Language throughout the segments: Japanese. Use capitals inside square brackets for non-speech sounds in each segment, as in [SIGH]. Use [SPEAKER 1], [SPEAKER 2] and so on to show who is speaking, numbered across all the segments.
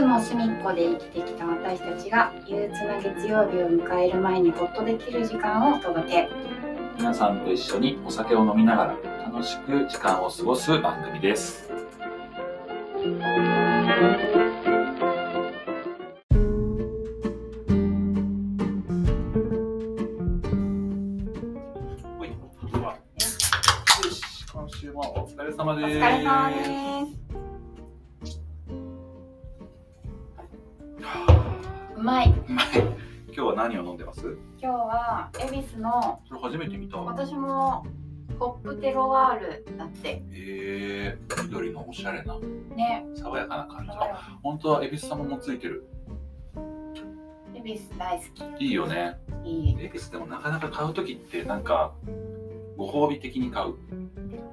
[SPEAKER 1] の隅っこで生きてきた私たちが憂鬱な月曜日を迎える前にほっとできる時間をお届け
[SPEAKER 2] 皆さんと一緒にお酒を飲みながら楽しく時間を過ごす番組です。ほいよし今週もお疲れ様
[SPEAKER 1] お
[SPEAKER 2] で
[SPEAKER 1] 疲
[SPEAKER 2] す。
[SPEAKER 1] れ様ですうまいう
[SPEAKER 2] まい今日は何を飲んでます？こ
[SPEAKER 1] 今日は恵比寿の
[SPEAKER 2] れ初めて見た。
[SPEAKER 1] 私もホップテロワールだって
[SPEAKER 2] えー、緑のおしゃれな
[SPEAKER 1] ね
[SPEAKER 2] 爽やかな感じ。あ本当は恵比寿様もついてる。
[SPEAKER 1] 恵比寿大好
[SPEAKER 2] いいよね。
[SPEAKER 1] きいい
[SPEAKER 2] 恵比寿でもなかなか買う時ってなんかご褒美的に買う、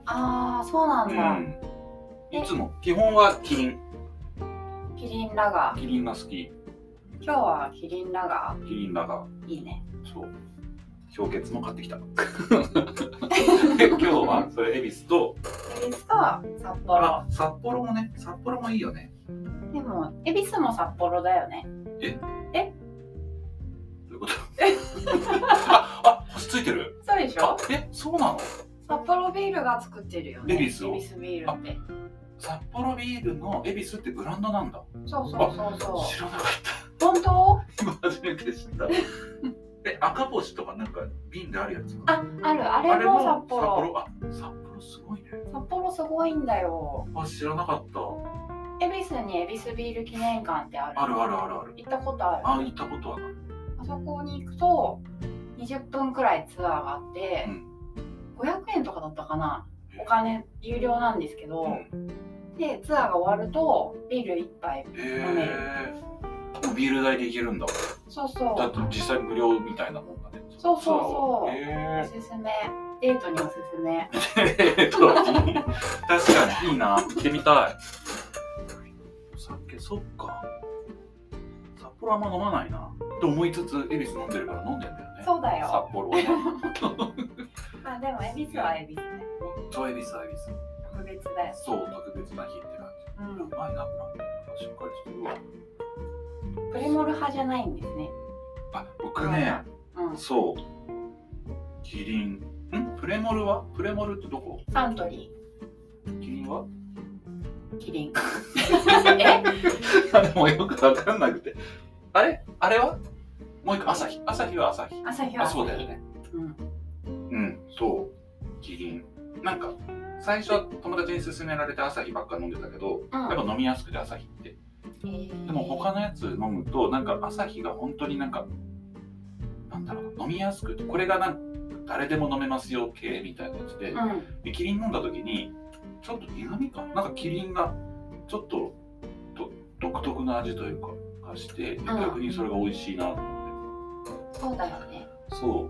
[SPEAKER 1] あーそうなんだ、
[SPEAKER 2] いつも基本はキリン
[SPEAKER 1] キリンラガー
[SPEAKER 2] キリンが好き
[SPEAKER 1] 今日はキリンラガ
[SPEAKER 2] キリンだが
[SPEAKER 1] ーいいね
[SPEAKER 2] そう氷結も買って
[SPEAKER 1] [LAUGHS]
[SPEAKER 2] きたで今日はそれ恵比寿と
[SPEAKER 1] 恵比寿と札幌
[SPEAKER 2] あ札幌もね札幌もいいよね
[SPEAKER 1] でも恵比寿も札幌だよね
[SPEAKER 2] どう
[SPEAKER 1] [LAUGHS]
[SPEAKER 2] いうことああ星ついてる
[SPEAKER 1] そうでし
[SPEAKER 2] あ
[SPEAKER 1] ょ
[SPEAKER 2] えそうなの
[SPEAKER 1] 札幌ビールが作ってるよね
[SPEAKER 2] 恵比寿を
[SPEAKER 1] 恵比寿ビールって
[SPEAKER 2] 札幌ビールの恵比寿ってブランドなんだ
[SPEAKER 1] そうそうそうそ
[SPEAKER 2] 知らなかっ
[SPEAKER 1] う本当
[SPEAKER 2] た今初めて知った
[SPEAKER 1] [LAUGHS]
[SPEAKER 2] え赤星とかなんか瓶であるやつ
[SPEAKER 1] ああるあ
[SPEAKER 2] あ
[SPEAKER 1] れも札幌
[SPEAKER 2] あ札幌すごいね
[SPEAKER 1] 札幌すごいんだよ
[SPEAKER 2] あ知らなかった
[SPEAKER 1] 恵比寿に恵比寿ビール記念館ってある
[SPEAKER 2] あるあるあるある
[SPEAKER 1] 行ったことあるあ
[SPEAKER 2] あ行ったことはない
[SPEAKER 1] そこに行くと20分くらいツアーがあって、500円とかだったかなお金有料なんですけど、
[SPEAKER 2] うん
[SPEAKER 1] でツアーが終わるとビール1杯
[SPEAKER 2] えー、ビール代で行けるんだ
[SPEAKER 1] そうそ
[SPEAKER 2] だっ
[SPEAKER 1] う
[SPEAKER 2] て実際無料みたいなもんだね
[SPEAKER 1] そうそうそうお
[SPEAKER 2] え
[SPEAKER 1] すすめデートにおすすめ
[SPEAKER 2] ー、 [LAUGHS] 確かにいいな行ってみたいお酒そっか札幌あんま飲まないなと思いつつ恵比寿飲んでるから飲んでんだよね
[SPEAKER 1] そうだ
[SPEAKER 2] 札
[SPEAKER 1] よ
[SPEAKER 2] 幌はね [LAUGHS]
[SPEAKER 1] まあでも恵比寿は恵比寿だよね
[SPEAKER 2] そう恵比寿は恵比寿
[SPEAKER 1] 特別だよ
[SPEAKER 2] そう特別な日って感じ
[SPEAKER 1] うん
[SPEAKER 2] うまいな、ブランデーがしっかりしてるわ。
[SPEAKER 1] プレモル派じゃないんですね
[SPEAKER 2] あ、僕ね、
[SPEAKER 1] うん
[SPEAKER 2] そう。キリン。んプレモルはプレモルってどこ
[SPEAKER 1] サントリ
[SPEAKER 2] キリンは [LAUGHS]
[SPEAKER 1] ーキリンえ
[SPEAKER 2] あでもよくわかんなくて。あれあれはもう一個、朝日。朝日は朝日。
[SPEAKER 1] 朝日は
[SPEAKER 2] あ、そうだよね。
[SPEAKER 1] うん
[SPEAKER 2] うん、そう。キリン。なんか、最初は友達に勧められて朝日ばっか飲んでたけ
[SPEAKER 1] うん
[SPEAKER 2] ど、やっぱ飲みやすくて朝日って。
[SPEAKER 1] えー
[SPEAKER 2] でも他のやつ飲むとなんか朝日が本当になんかなんだろうな飲みやすくてこれがなんか誰でも飲めますよ系みたいなやつで,、
[SPEAKER 1] うん
[SPEAKER 2] でキリン飲んだ時にちょっと苦味かななんかキリンがちょっとど独特な味というかがしてで逆にそれが美味しいなと思っ
[SPEAKER 1] そうだよね
[SPEAKER 2] て、そう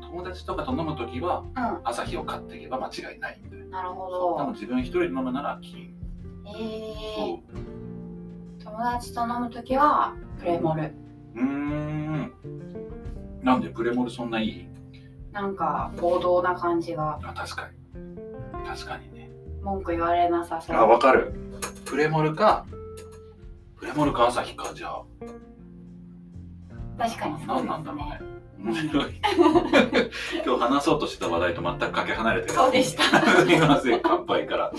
[SPEAKER 2] 友達とかと飲む時は
[SPEAKER 1] う
[SPEAKER 2] 朝日を買っていけば間違いないみたいなん
[SPEAKER 1] なるほ
[SPEAKER 2] 多分
[SPEAKER 1] ど
[SPEAKER 2] 自分一人で飲むならキリン
[SPEAKER 1] え
[SPEAKER 2] そ
[SPEAKER 1] ー友達と飲むときはプレモル
[SPEAKER 2] ううーんなんでプレモルそんないい
[SPEAKER 1] なんか暴動な感じが
[SPEAKER 2] あ確かに確かにね
[SPEAKER 1] 文句言われなさそう
[SPEAKER 2] あわかるプレモルかプレモルか朝日かじゃあ
[SPEAKER 1] 確かにそう
[SPEAKER 2] 何
[SPEAKER 1] です
[SPEAKER 2] なんだろうね
[SPEAKER 1] ね
[SPEAKER 2] 面白い今日話そうとしてた話題と全くかけ離れてる
[SPEAKER 1] そうでした
[SPEAKER 2] すみません乾杯から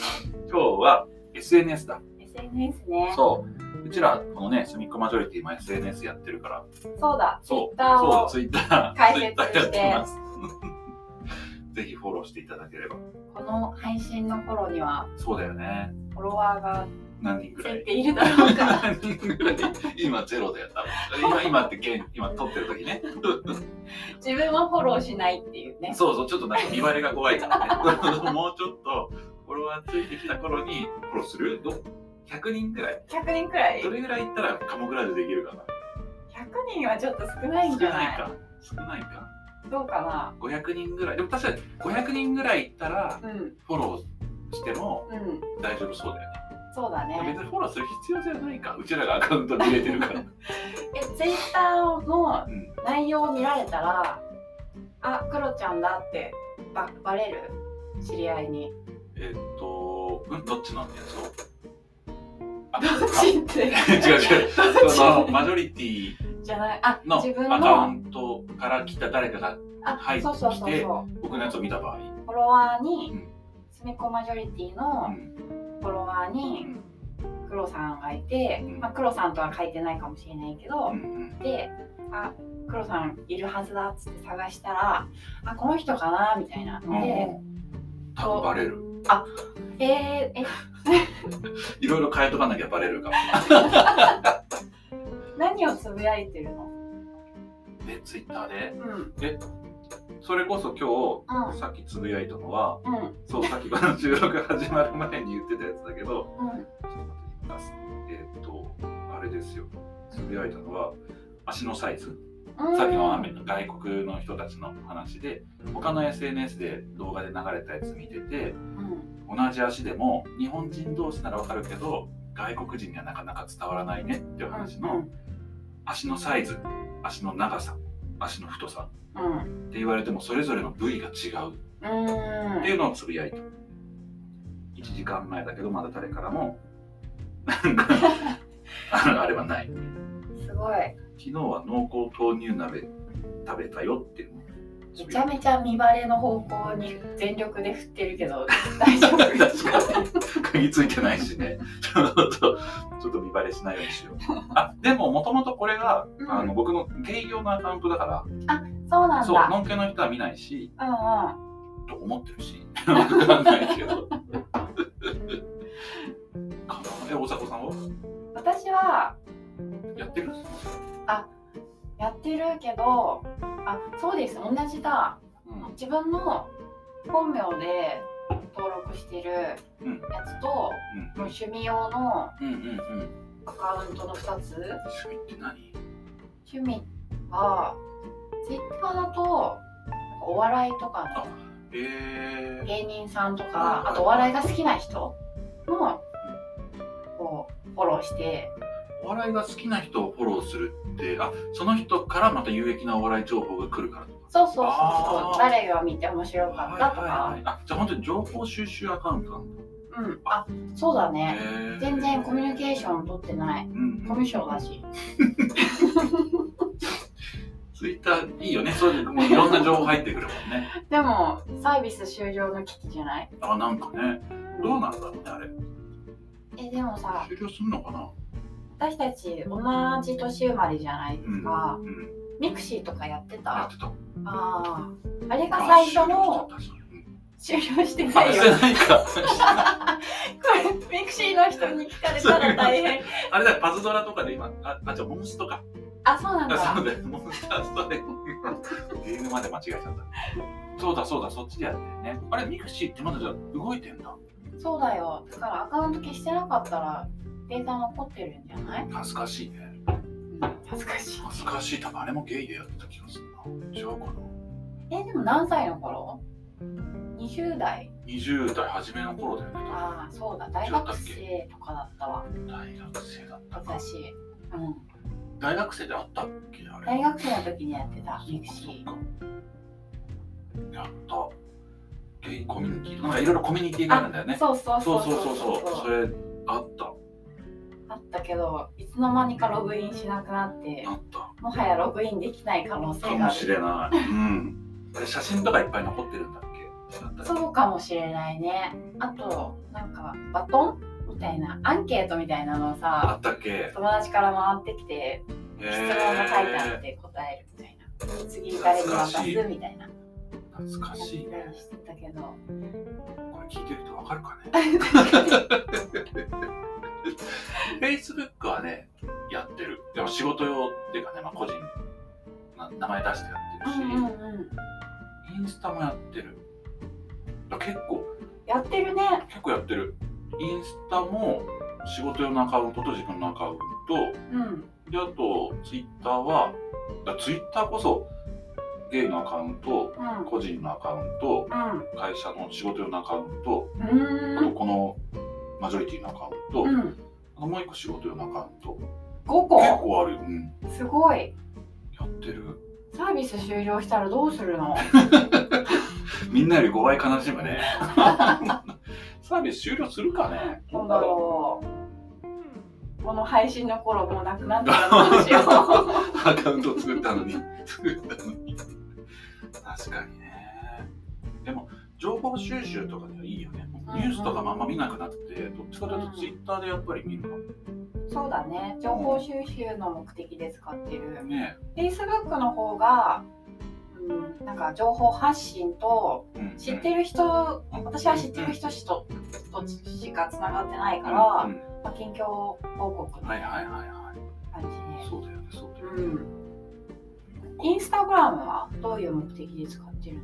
[SPEAKER 2] 今日は SNS だ
[SPEAKER 1] SNS ね
[SPEAKER 2] そううちらこのね隅っこマジョリティ今 SNS やってるから
[SPEAKER 1] そうだツイ
[SPEAKER 2] そ
[SPEAKER 1] ッ
[SPEAKER 2] う
[SPEAKER 1] ター
[SPEAKER 2] そうだ
[SPEAKER 1] を
[SPEAKER 2] ツイッター
[SPEAKER 1] 解説
[SPEAKER 2] ツイッターやってます [LAUGHS] ぜひフォローしていただければ
[SPEAKER 1] この配信の頃には
[SPEAKER 2] そうだよね
[SPEAKER 1] フォロワーが
[SPEAKER 2] 何人く
[SPEAKER 1] つ
[SPEAKER 2] らい
[SPEAKER 1] いているだろうかな
[SPEAKER 2] 何人ぐらい今ゼロだよ多
[SPEAKER 1] [LAUGHS]
[SPEAKER 2] 分今今って現今撮ってる時ね
[SPEAKER 1] 自分はフォローしないっていうね
[SPEAKER 2] そうそうちょっとなんか見バレが怖
[SPEAKER 1] [LAUGHS]
[SPEAKER 2] いからねもうちょっとフォロワーついてきた頃にフォローするど100人ぐらい
[SPEAKER 1] 100人くらい
[SPEAKER 2] ど
[SPEAKER 1] 100
[SPEAKER 2] れぐらいいったらカモグラージュできるかな
[SPEAKER 1] 人はちょっと少ない
[SPEAKER 2] 少
[SPEAKER 1] んじゃ
[SPEAKER 2] な
[SPEAKER 1] ない
[SPEAKER 2] いか少ないか
[SPEAKER 1] どうか
[SPEAKER 2] 500人ぐらいでも確かに500人ぐらいいったら
[SPEAKER 1] なうん
[SPEAKER 2] フォローしても
[SPEAKER 1] うん
[SPEAKER 2] 大丈夫そうだよね
[SPEAKER 1] そうだね
[SPEAKER 2] 別にフォローする必要じゃないかうちらがアカウント見れてるから
[SPEAKER 1] えツイッターの
[SPEAKER 2] うん
[SPEAKER 1] 内容を見られたらあクロちゃんだってばバレる知り合いに
[SPEAKER 2] えっとうんどっちのやつを
[SPEAKER 1] どっちって [LAUGHS]
[SPEAKER 2] 違う違う。
[SPEAKER 1] どっ
[SPEAKER 2] その
[SPEAKER 1] ち
[SPEAKER 2] マジョリティ
[SPEAKER 1] じゃないあ
[SPEAKER 2] の
[SPEAKER 1] 自分
[SPEAKER 2] アカウ
[SPEAKER 1] の
[SPEAKER 2] ントから来た誰かが入
[SPEAKER 1] あ
[SPEAKER 2] ってきて
[SPEAKER 1] そうそうそうそう
[SPEAKER 2] 僕のやつを見た場合、
[SPEAKER 1] フォロワーに
[SPEAKER 2] うん
[SPEAKER 1] すみっこマジョリティ
[SPEAKER 2] う
[SPEAKER 1] の
[SPEAKER 2] ん
[SPEAKER 1] フォロワー
[SPEAKER 2] う
[SPEAKER 1] に
[SPEAKER 2] ん
[SPEAKER 1] クロさんがいて、
[SPEAKER 2] うん
[SPEAKER 1] まあ、クロさんとは書いてないかもしれないけど
[SPEAKER 2] う、ん
[SPEAKER 1] であクロさんいるはずだっつって探したらあこの人かなみたいな
[SPEAKER 2] うん
[SPEAKER 1] ので、
[SPEAKER 2] 多分バレる
[SPEAKER 1] えーえ
[SPEAKER 2] いろいろ変えとかなきゃバレるかも
[SPEAKER 1] 何をつぶやいてるの
[SPEAKER 2] でツイッターで
[SPEAKER 1] うんうん
[SPEAKER 2] それこそ今日さっきつぶやいたのは
[SPEAKER 1] うん
[SPEAKER 2] そうさっきこの収録始まる前に言ってたやつだけど
[SPEAKER 1] うん
[SPEAKER 2] ちょっと待ってえーっと、あれですよ、つぶやいたのは、足のサイズ、
[SPEAKER 1] うん
[SPEAKER 2] さっきの雨の外国の人たちの話で、他の SNS で動画で流れたやつ見てて、
[SPEAKER 1] うん
[SPEAKER 2] 同じ足でも日本人同士ならわかるけど、外国人にはなかなか伝わらないねっていう話
[SPEAKER 1] う
[SPEAKER 2] の、
[SPEAKER 1] ん
[SPEAKER 2] 足のサイズ、足の長さ、足の太さ
[SPEAKER 1] うん
[SPEAKER 2] って言われても、それぞれの部位が違う
[SPEAKER 1] うん
[SPEAKER 2] っていうのをつぶやいた1時間前だけどまだ誰からもな
[SPEAKER 1] [LAUGHS]
[SPEAKER 2] んかあのあれはない昨
[SPEAKER 1] すごい
[SPEAKER 2] 日は濃厚豆乳鍋食べたよっていうのをつ
[SPEAKER 1] め
[SPEAKER 2] ぶ
[SPEAKER 1] ちゃ
[SPEAKER 2] やい
[SPEAKER 1] めちゃ見バレの方向に全力で振ってるけ [LAUGHS] ど大丈夫
[SPEAKER 2] た確かに鍵ついてないしねちょっとちょっと見バレしないようにしようあでももともとこれが、
[SPEAKER 1] うん
[SPEAKER 2] あの僕の芸業のアカウントだから
[SPEAKER 1] そうなん
[SPEAKER 2] そう
[SPEAKER 1] だ
[SPEAKER 2] ノンケの人は見ないし
[SPEAKER 1] うんうん
[SPEAKER 2] と思ってるしわかんないけど [LAUGHS] かなえ大迫さんは
[SPEAKER 1] 私は
[SPEAKER 2] やってるんですか
[SPEAKER 1] やってるけどあそうです同じだ
[SPEAKER 2] うん
[SPEAKER 1] 自分の本名で登録してるや
[SPEAKER 2] うん
[SPEAKER 1] つと、
[SPEAKER 2] うん
[SPEAKER 1] もう趣味用の
[SPEAKER 2] うんうんうん。
[SPEAKER 1] アカウントの2つ
[SPEAKER 2] 趣味って何？
[SPEAKER 1] 趣味はツイッターだとなんかお笑いとか
[SPEAKER 2] え
[SPEAKER 1] の
[SPEAKER 2] え
[SPEAKER 1] 芸人さんと
[SPEAKER 2] はいはい
[SPEAKER 1] かあとお笑いが好きな人のこうフォローして
[SPEAKER 2] お笑いが好きな人をフォローするって、あ、その人からまた有益なお笑い情報が来るからとか。
[SPEAKER 1] そうそうそう
[SPEAKER 2] あ
[SPEAKER 1] そう
[SPEAKER 2] ー
[SPEAKER 1] 誰が見て面白かったとか、
[SPEAKER 2] い。あ、じゃあ本当に情報収集アカウントなんだ。
[SPEAKER 1] うんあそうだね
[SPEAKER 2] へー
[SPEAKER 1] 全然コミュニケーション取ってない
[SPEAKER 2] うん
[SPEAKER 1] コミュ障だし
[SPEAKER 2] ツイッターいいよね。そういうもういろんな情報入ってくるもん
[SPEAKER 1] [LAUGHS]
[SPEAKER 2] ね。
[SPEAKER 1] でもサービス終了の危機じゃない
[SPEAKER 2] あ、なんかね、どうなんだろうねあれ。
[SPEAKER 1] えでもさ
[SPEAKER 2] 終了するのかな。
[SPEAKER 1] 私たち同じ年生まれじゃないで
[SPEAKER 2] う
[SPEAKER 1] す
[SPEAKER 2] ん。
[SPEAKER 1] か、
[SPEAKER 2] うん。
[SPEAKER 1] ミクシーとかやって
[SPEAKER 2] や
[SPEAKER 1] た
[SPEAKER 2] ってた。
[SPEAKER 1] あーあれが最初の
[SPEAKER 2] あ。終了しちゃ
[SPEAKER 1] 終
[SPEAKER 2] ったうん
[SPEAKER 1] 了してな
[SPEAKER 2] あ、
[SPEAKER 1] い
[SPEAKER 2] し
[SPEAKER 1] よ
[SPEAKER 2] てないか。 [LAUGHS]
[SPEAKER 1] これミクシーの人に聞かれたら大変
[SPEAKER 2] あれだよ、パズドラとかで今、あ、あ、じゃあモンストか。
[SPEAKER 1] あそうなん
[SPEAKER 2] あそう
[SPEAKER 1] だ
[SPEAKER 2] だよ、モンスターストレイゲームまで間違えち
[SPEAKER 1] [LAUGHS]
[SPEAKER 2] ゃった。そうだそうだ、そっちでやってるね。あれ、ミクシーってまだじゃあ動いてんだ。
[SPEAKER 1] そうだよだからアカウント消してなかったらデータ残ってるんじゃない、
[SPEAKER 2] 恥ずかしいね。
[SPEAKER 1] うん、恥ずかしい
[SPEAKER 2] 恥ずかしい。多分あれもゲイでやってた気がするな。違うかな。
[SPEAKER 1] えでも何歳の頃 ?20 代
[SPEAKER 2] 20代初めの頃だよね。
[SPEAKER 1] ああそうだ大学生とかだったわ
[SPEAKER 2] 大学生だったか。
[SPEAKER 1] 私、うん、
[SPEAKER 2] 大学生であったっけあれ。
[SPEAKER 1] 大学生の時にやってたミクシ
[SPEAKER 2] そっ
[SPEAKER 1] ー
[SPEAKER 2] かやった。ゲイコミュニティ。なんかいろいろコミュニティがあるんだよね。
[SPEAKER 1] そうそう
[SPEAKER 2] そ
[SPEAKER 1] そうう
[SPEAKER 2] そうそうそう。それあった。
[SPEAKER 1] あったけどいつの間にかログインしなくなって
[SPEAKER 2] あった。
[SPEAKER 1] もはやログインできない可能
[SPEAKER 2] か
[SPEAKER 1] 性が
[SPEAKER 2] も
[SPEAKER 1] あ
[SPEAKER 2] し
[SPEAKER 1] る
[SPEAKER 2] れない。うん。あれ写真とかいっぱい残ってるんだっけだったり
[SPEAKER 1] そうかもしれないねあとなんかバトンみたいなアンケートみたいなのを
[SPEAKER 2] あ
[SPEAKER 1] さ
[SPEAKER 2] ったっけ
[SPEAKER 1] 友達から回ってきて
[SPEAKER 2] へ
[SPEAKER 1] 質問が書いてあっ
[SPEAKER 2] え。
[SPEAKER 1] て答えるみたいな次誰に渡すみたいな
[SPEAKER 2] 懐かしい
[SPEAKER 1] やった
[SPEAKER 2] ね
[SPEAKER 1] り。してたけど
[SPEAKER 2] これ聞いてる人わかるかね
[SPEAKER 1] [LAUGHS]
[SPEAKER 2] ?Facebook はね、やってる。でも仕事用っていうかね、まあ、個人な、名前出してやっ
[SPEAKER 1] う
[SPEAKER 2] てる
[SPEAKER 1] ん
[SPEAKER 2] し、
[SPEAKER 1] うんうん
[SPEAKER 2] インスタもやってる。だから結構、
[SPEAKER 1] やってるね
[SPEAKER 2] 結構やってる。インスタも仕事用のアカウントと自分のアカウント、
[SPEAKER 1] うん
[SPEAKER 2] で、あと、ツイッターは、だツイッターこそ、ゲイのアカウント、
[SPEAKER 1] うん
[SPEAKER 2] 個人のアカウン
[SPEAKER 1] う
[SPEAKER 2] ト、
[SPEAKER 1] ん
[SPEAKER 2] 会社の仕事用のアカウント、
[SPEAKER 1] う
[SPEAKER 2] あ
[SPEAKER 1] ー
[SPEAKER 2] と
[SPEAKER 1] ん
[SPEAKER 2] このマジョリティのアカウント、
[SPEAKER 1] うん
[SPEAKER 2] あともう一個仕事用のアカウント、
[SPEAKER 1] 5
[SPEAKER 2] 結
[SPEAKER 1] 個
[SPEAKER 2] 構あるよ。うん、
[SPEAKER 1] すごい
[SPEAKER 2] やってる。
[SPEAKER 1] サービス終了したらどうする [LAUGHS] の
[SPEAKER 2] みんなより5倍悲し
[SPEAKER 1] [LAUGHS]
[SPEAKER 2] むね。サービス終了するかね
[SPEAKER 1] なんだろうこの配信の頃もうなくなってたらどうし [LAUGHS] よう
[SPEAKER 2] アカウント作ったのに。作ったのに。確かにね。でも、情報収集とかではいいよね。
[SPEAKER 1] うん
[SPEAKER 2] ニュースとかもあんま見なくなって、どっちかというとツイッターでやっぱり見るかも。
[SPEAKER 1] そうだね情報収集の目的で使ってる
[SPEAKER 2] ね
[SPEAKER 1] Facebook の方が、うん、なんか情報発信と
[SPEAKER 2] うん
[SPEAKER 1] 知ってる人私は知ってる人しととしかつながってないから、ま
[SPEAKER 2] うんうん
[SPEAKER 1] あ、近況報告の
[SPEAKER 2] はい
[SPEAKER 1] 感
[SPEAKER 2] はいはいは
[SPEAKER 1] じ
[SPEAKER 2] い。
[SPEAKER 1] で、
[SPEAKER 2] そうだよね、そうだよ
[SPEAKER 1] う
[SPEAKER 2] ね。
[SPEAKER 1] ん、インスタグラムはどういう目的で使ってる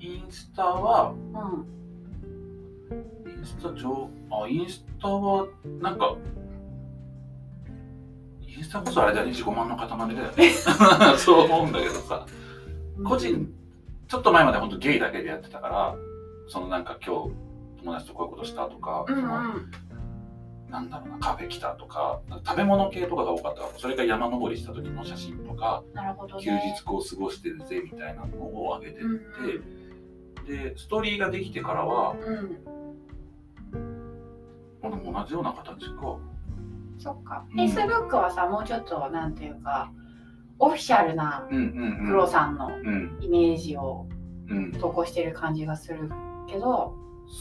[SPEAKER 2] インスタは、
[SPEAKER 1] の、うん、
[SPEAKER 2] インスタ上、あ、インスタは、なんか、インスタこそあれだよね、自己満の塊だよね。 [LAUGHS] そう思うんだけどさ。個人ちょっと前まで本当ゲイだけでやってたからそのなんか今日友達とこういうことしたとか、
[SPEAKER 1] うんう
[SPEAKER 2] その
[SPEAKER 1] ん
[SPEAKER 2] なんだろうなカフェ来たとか食べ物系とかが多かったからそれが山登りした時の写真とか
[SPEAKER 1] なるほど
[SPEAKER 2] 休
[SPEAKER 1] ね
[SPEAKER 2] 日こう過ごしてるぜみたいなのを上げて
[SPEAKER 1] うん
[SPEAKER 2] って、でストーリーができてから
[SPEAKER 1] う
[SPEAKER 2] は
[SPEAKER 1] ん
[SPEAKER 2] この同じような形か
[SPEAKER 1] そっか
[SPEAKER 2] うん
[SPEAKER 1] Facebook はさもうちょっとなんていうかオフィシャルな
[SPEAKER 2] うんうんうん
[SPEAKER 1] 黒さんの
[SPEAKER 2] うん
[SPEAKER 1] イメージを
[SPEAKER 2] うん
[SPEAKER 1] 投稿してる感じがするけど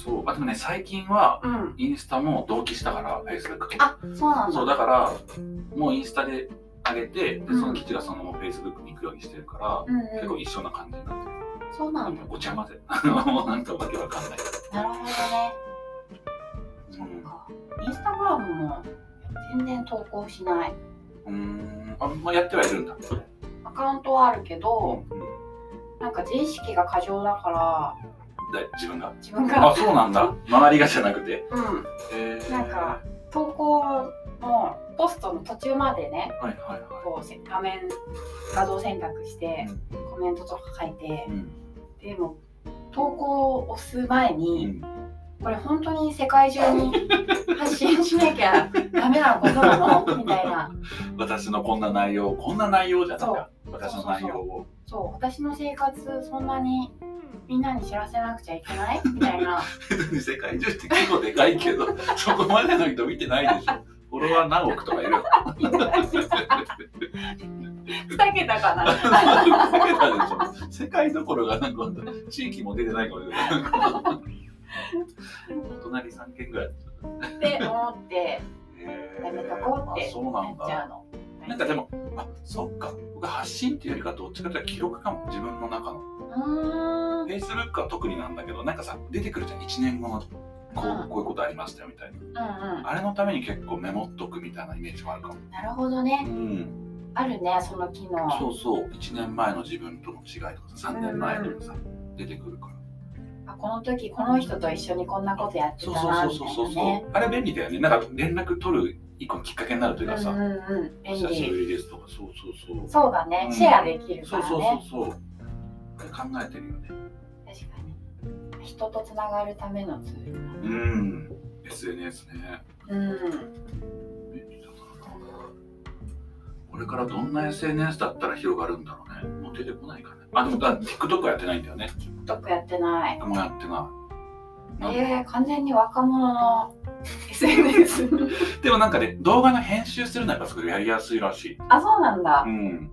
[SPEAKER 2] そうあでもね最近は
[SPEAKER 1] うん
[SPEAKER 2] インスタも同期したからフェイスブックと
[SPEAKER 1] あそうなん
[SPEAKER 2] そう
[SPEAKER 1] だ
[SPEAKER 2] だからもうインスタで上げてでその記事がそのままフェイスブックに行くようにしてるから、
[SPEAKER 1] うん
[SPEAKER 2] 結
[SPEAKER 1] う
[SPEAKER 2] 構
[SPEAKER 1] ん
[SPEAKER 2] 一緒な感じになってる、
[SPEAKER 1] そうなんだ
[SPEAKER 2] なんかごちゃ混ぜ [LAUGHS] もうなんかわけわかんない、
[SPEAKER 1] なるほどねそっかインスタグラムも全然投稿しない
[SPEAKER 2] うんうーんあんまやってはいるんだ
[SPEAKER 1] アカウントはあるけど
[SPEAKER 2] うん
[SPEAKER 1] なんか自意識が過剰だから
[SPEAKER 2] で自分が
[SPEAKER 1] 自分が
[SPEAKER 2] あそうなんだ周りがじゃなくて
[SPEAKER 1] うん
[SPEAKER 2] えー、
[SPEAKER 1] なんか投稿のポストの途中までね
[SPEAKER 2] はいはいは
[SPEAKER 1] こうせ画面画像選択して
[SPEAKER 2] い
[SPEAKER 1] コメントとか書いて
[SPEAKER 2] うん
[SPEAKER 1] でも投稿を押す前
[SPEAKER 2] うんう
[SPEAKER 1] に
[SPEAKER 2] ん
[SPEAKER 1] これ本当に世界中に [LAUGHS] 発信しなきゃダメなことなのみたいな
[SPEAKER 2] 私のこんな内容こんな内容じゃないか私の内容を
[SPEAKER 1] そう私の生活そんなにみんなに知らせなくちゃいけないみたいな
[SPEAKER 2] 別に世界中って結構でかいけど [LAUGHS] そこまでの人見てないでしょフォロワー何億とかいるよ [LAUGHS]
[SPEAKER 1] 2桁かな
[SPEAKER 2] 世界どころがなんか地域も出てないかもしれない。 [LAUGHS] お隣三軒ぐらい。
[SPEAKER 1] って思ってや
[SPEAKER 2] や
[SPEAKER 1] めとこうって
[SPEAKER 2] そうな
[SPEAKER 1] や
[SPEAKER 2] ん
[SPEAKER 1] っちゃう
[SPEAKER 2] だ。
[SPEAKER 1] の。
[SPEAKER 2] なんかでも、あ、そっか。僕発信っていうよりかどっちかというと記録かも。自分の中の。
[SPEAKER 1] うーん
[SPEAKER 2] Facebook は特になんだけど、なんかさ、出てくるじゃん。1年後のこ
[SPEAKER 1] う
[SPEAKER 2] うんこういうことありましたよみたい
[SPEAKER 1] うんうん
[SPEAKER 2] な。あれのために結構メモっとくみたいなイメージもあるかも。
[SPEAKER 1] なるほどね
[SPEAKER 2] うん。
[SPEAKER 1] あるねその機能
[SPEAKER 2] そうそう。1年前の自分との違いとかさ、3年前とかさ、出てくるから。
[SPEAKER 1] あこの時この人と一緒にこんなことやって
[SPEAKER 2] そ
[SPEAKER 1] た
[SPEAKER 2] うそう
[SPEAKER 1] な
[SPEAKER 2] そう
[SPEAKER 1] みた
[SPEAKER 2] そう
[SPEAKER 1] い
[SPEAKER 2] そう
[SPEAKER 1] な
[SPEAKER 2] そう、
[SPEAKER 1] ね。
[SPEAKER 2] あれ便利だよねなんか連絡取る一個のきっかけになるというか
[SPEAKER 1] うん
[SPEAKER 2] さ、
[SPEAKER 1] うんうん便
[SPEAKER 2] 久しぶ
[SPEAKER 1] 利。
[SPEAKER 2] りですとかそうそうそう
[SPEAKER 1] そうだね、
[SPEAKER 2] うん
[SPEAKER 1] シェアできるか
[SPEAKER 2] そう
[SPEAKER 1] ら
[SPEAKER 2] そう
[SPEAKER 1] ね。
[SPEAKER 2] そうそうこれ考えてるよね
[SPEAKER 1] 確かに人とつながるためのツールだ
[SPEAKER 2] う
[SPEAKER 1] ね。
[SPEAKER 2] ん SNS ね
[SPEAKER 1] うん。
[SPEAKER 2] 便利だなこれからどんな SNS だったら広がるんだろうねもう出てこないかねあでもだ TikTok はやってないんだよね
[SPEAKER 1] TikTok やってない。
[SPEAKER 2] 僕もやってないなんか
[SPEAKER 1] えー、完全に若者の SNS。
[SPEAKER 2] でもなんかね動画の編集するのはやっぱすごいやりやすいらしい
[SPEAKER 1] [LAUGHS] あ、そうなんだ
[SPEAKER 2] う。ん、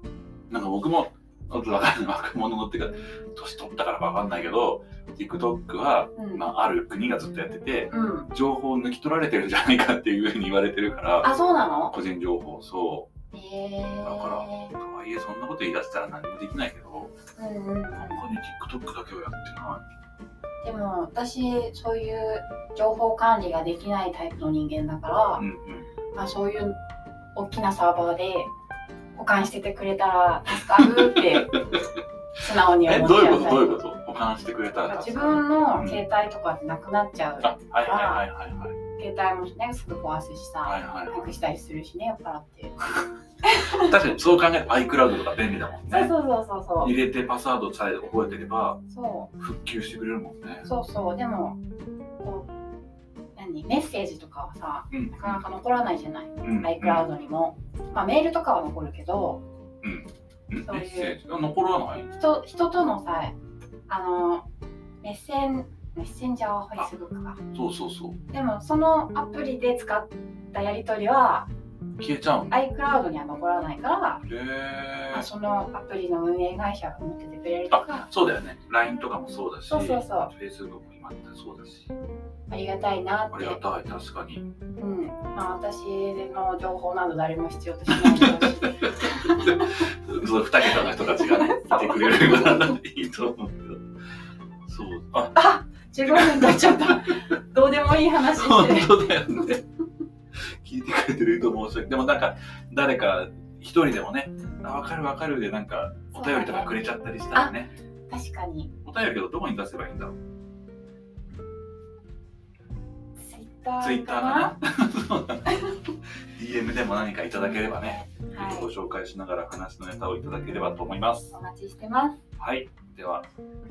[SPEAKER 2] なんか僕もちょっと若い若者のっていうか年取ったからかわかんないけど TikTok は、
[SPEAKER 1] うん
[SPEAKER 2] ま。あ、ある国がずっとやってて
[SPEAKER 1] うん。
[SPEAKER 2] 情報を抜き取られてるんじゃないかっていうふうに言われてるから
[SPEAKER 1] あ、そうなの
[SPEAKER 2] 個人情報そ
[SPEAKER 1] え
[SPEAKER 2] うだからとはいえそんなこと言い出したら何もできないけど
[SPEAKER 1] ー。うんうん。
[SPEAKER 2] なんかね TikTok だけはやってな
[SPEAKER 1] でも私、そういう情報管理ができないタイプの人間だから
[SPEAKER 2] い、うんうん
[SPEAKER 1] まあ、そういう大きなサーバーで保管しててくれたら助かる
[SPEAKER 2] [LAUGHS]
[SPEAKER 1] って素直に
[SPEAKER 2] え
[SPEAKER 1] 思っち
[SPEAKER 2] どうい
[SPEAKER 1] ゃ
[SPEAKER 2] う
[SPEAKER 1] う
[SPEAKER 2] ことどういうこと保管してくれた
[SPEAKER 1] なん
[SPEAKER 2] ら
[SPEAKER 1] か
[SPEAKER 2] 助
[SPEAKER 1] 自
[SPEAKER 2] かる
[SPEAKER 1] 分の携帯とかなくなっちゃう、
[SPEAKER 2] あはいはいはいはいはい
[SPEAKER 1] 携帯もねすぐ壊すし
[SPEAKER 2] は
[SPEAKER 1] さ
[SPEAKER 2] いはい
[SPEAKER 1] なくしたりするしね酔っ払って
[SPEAKER 2] 確かにそう考えると iCloud とか便利だもん
[SPEAKER 1] そう
[SPEAKER 2] ね
[SPEAKER 1] そうそうそうそう
[SPEAKER 2] 入れてパスワードさえ覚えてれば
[SPEAKER 1] そ
[SPEAKER 2] 復旧してくれるもんね
[SPEAKER 1] うそうそうでもこう何メッセージとかはさ
[SPEAKER 2] うん
[SPEAKER 1] なかなか残らないじゃない
[SPEAKER 2] うん
[SPEAKER 1] iCloud にも、まあ、メールとかは残るけど
[SPEAKER 2] うん
[SPEAKER 1] そういう
[SPEAKER 2] メッセージあ残らない
[SPEAKER 1] 人人とのさあのメッセンメッセンジャーは Facebook か
[SPEAKER 2] そうそうそう
[SPEAKER 1] でもそのアプリで使ったやり取りは
[SPEAKER 2] 消えちゃうんだ。
[SPEAKER 1] iCloud には残らないから、
[SPEAKER 2] へえ
[SPEAKER 1] まあ、そのアプリの運営会社が持っててくれるとか
[SPEAKER 2] あそうだよね LINE とかもそうだし
[SPEAKER 1] そうそうそう
[SPEAKER 2] Facebook も今だってそうだし
[SPEAKER 1] ありがたいな
[SPEAKER 2] あ
[SPEAKER 1] っ
[SPEAKER 2] り
[SPEAKER 1] て
[SPEAKER 2] がたい確かに
[SPEAKER 1] うんまあ、私の情報など誰も必要としないだろうし
[SPEAKER 2] その2桁の人た
[SPEAKER 1] [LAUGHS]
[SPEAKER 2] ちがねいてくれるようにならいいと思うけどそうあ
[SPEAKER 1] 15分経っちゃったどうでもいい話し
[SPEAKER 2] 本
[SPEAKER 1] てる
[SPEAKER 2] 当だよね聞いてくれてると申し訳でもなんか誰か一人でもね「あ分かる分かる」でなんかお便りとかくれちゃったりしたらね
[SPEAKER 1] 確かに
[SPEAKER 2] お便りけどどこに出せばいいんだろう
[SPEAKER 1] Twitter
[SPEAKER 2] ツイッタ
[SPEAKER 1] か
[SPEAKER 2] ーか
[SPEAKER 1] な
[SPEAKER 2] なそう [LAUGHS] だね DM でも何かいただければね
[SPEAKER 1] はい
[SPEAKER 2] ご紹介しながら話のネタをいただければと思います。
[SPEAKER 1] お待ちしてます
[SPEAKER 2] はい、では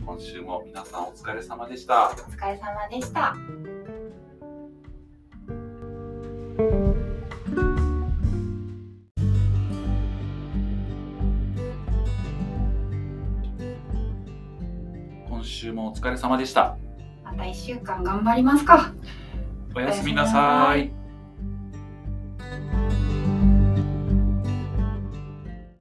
[SPEAKER 2] 今週も皆さんお疲れ様でし
[SPEAKER 1] お
[SPEAKER 2] た。
[SPEAKER 1] 疲れ様でした
[SPEAKER 2] 今週もお疲れ様でした。
[SPEAKER 1] また1週間頑張りますか
[SPEAKER 2] おやすみなさい。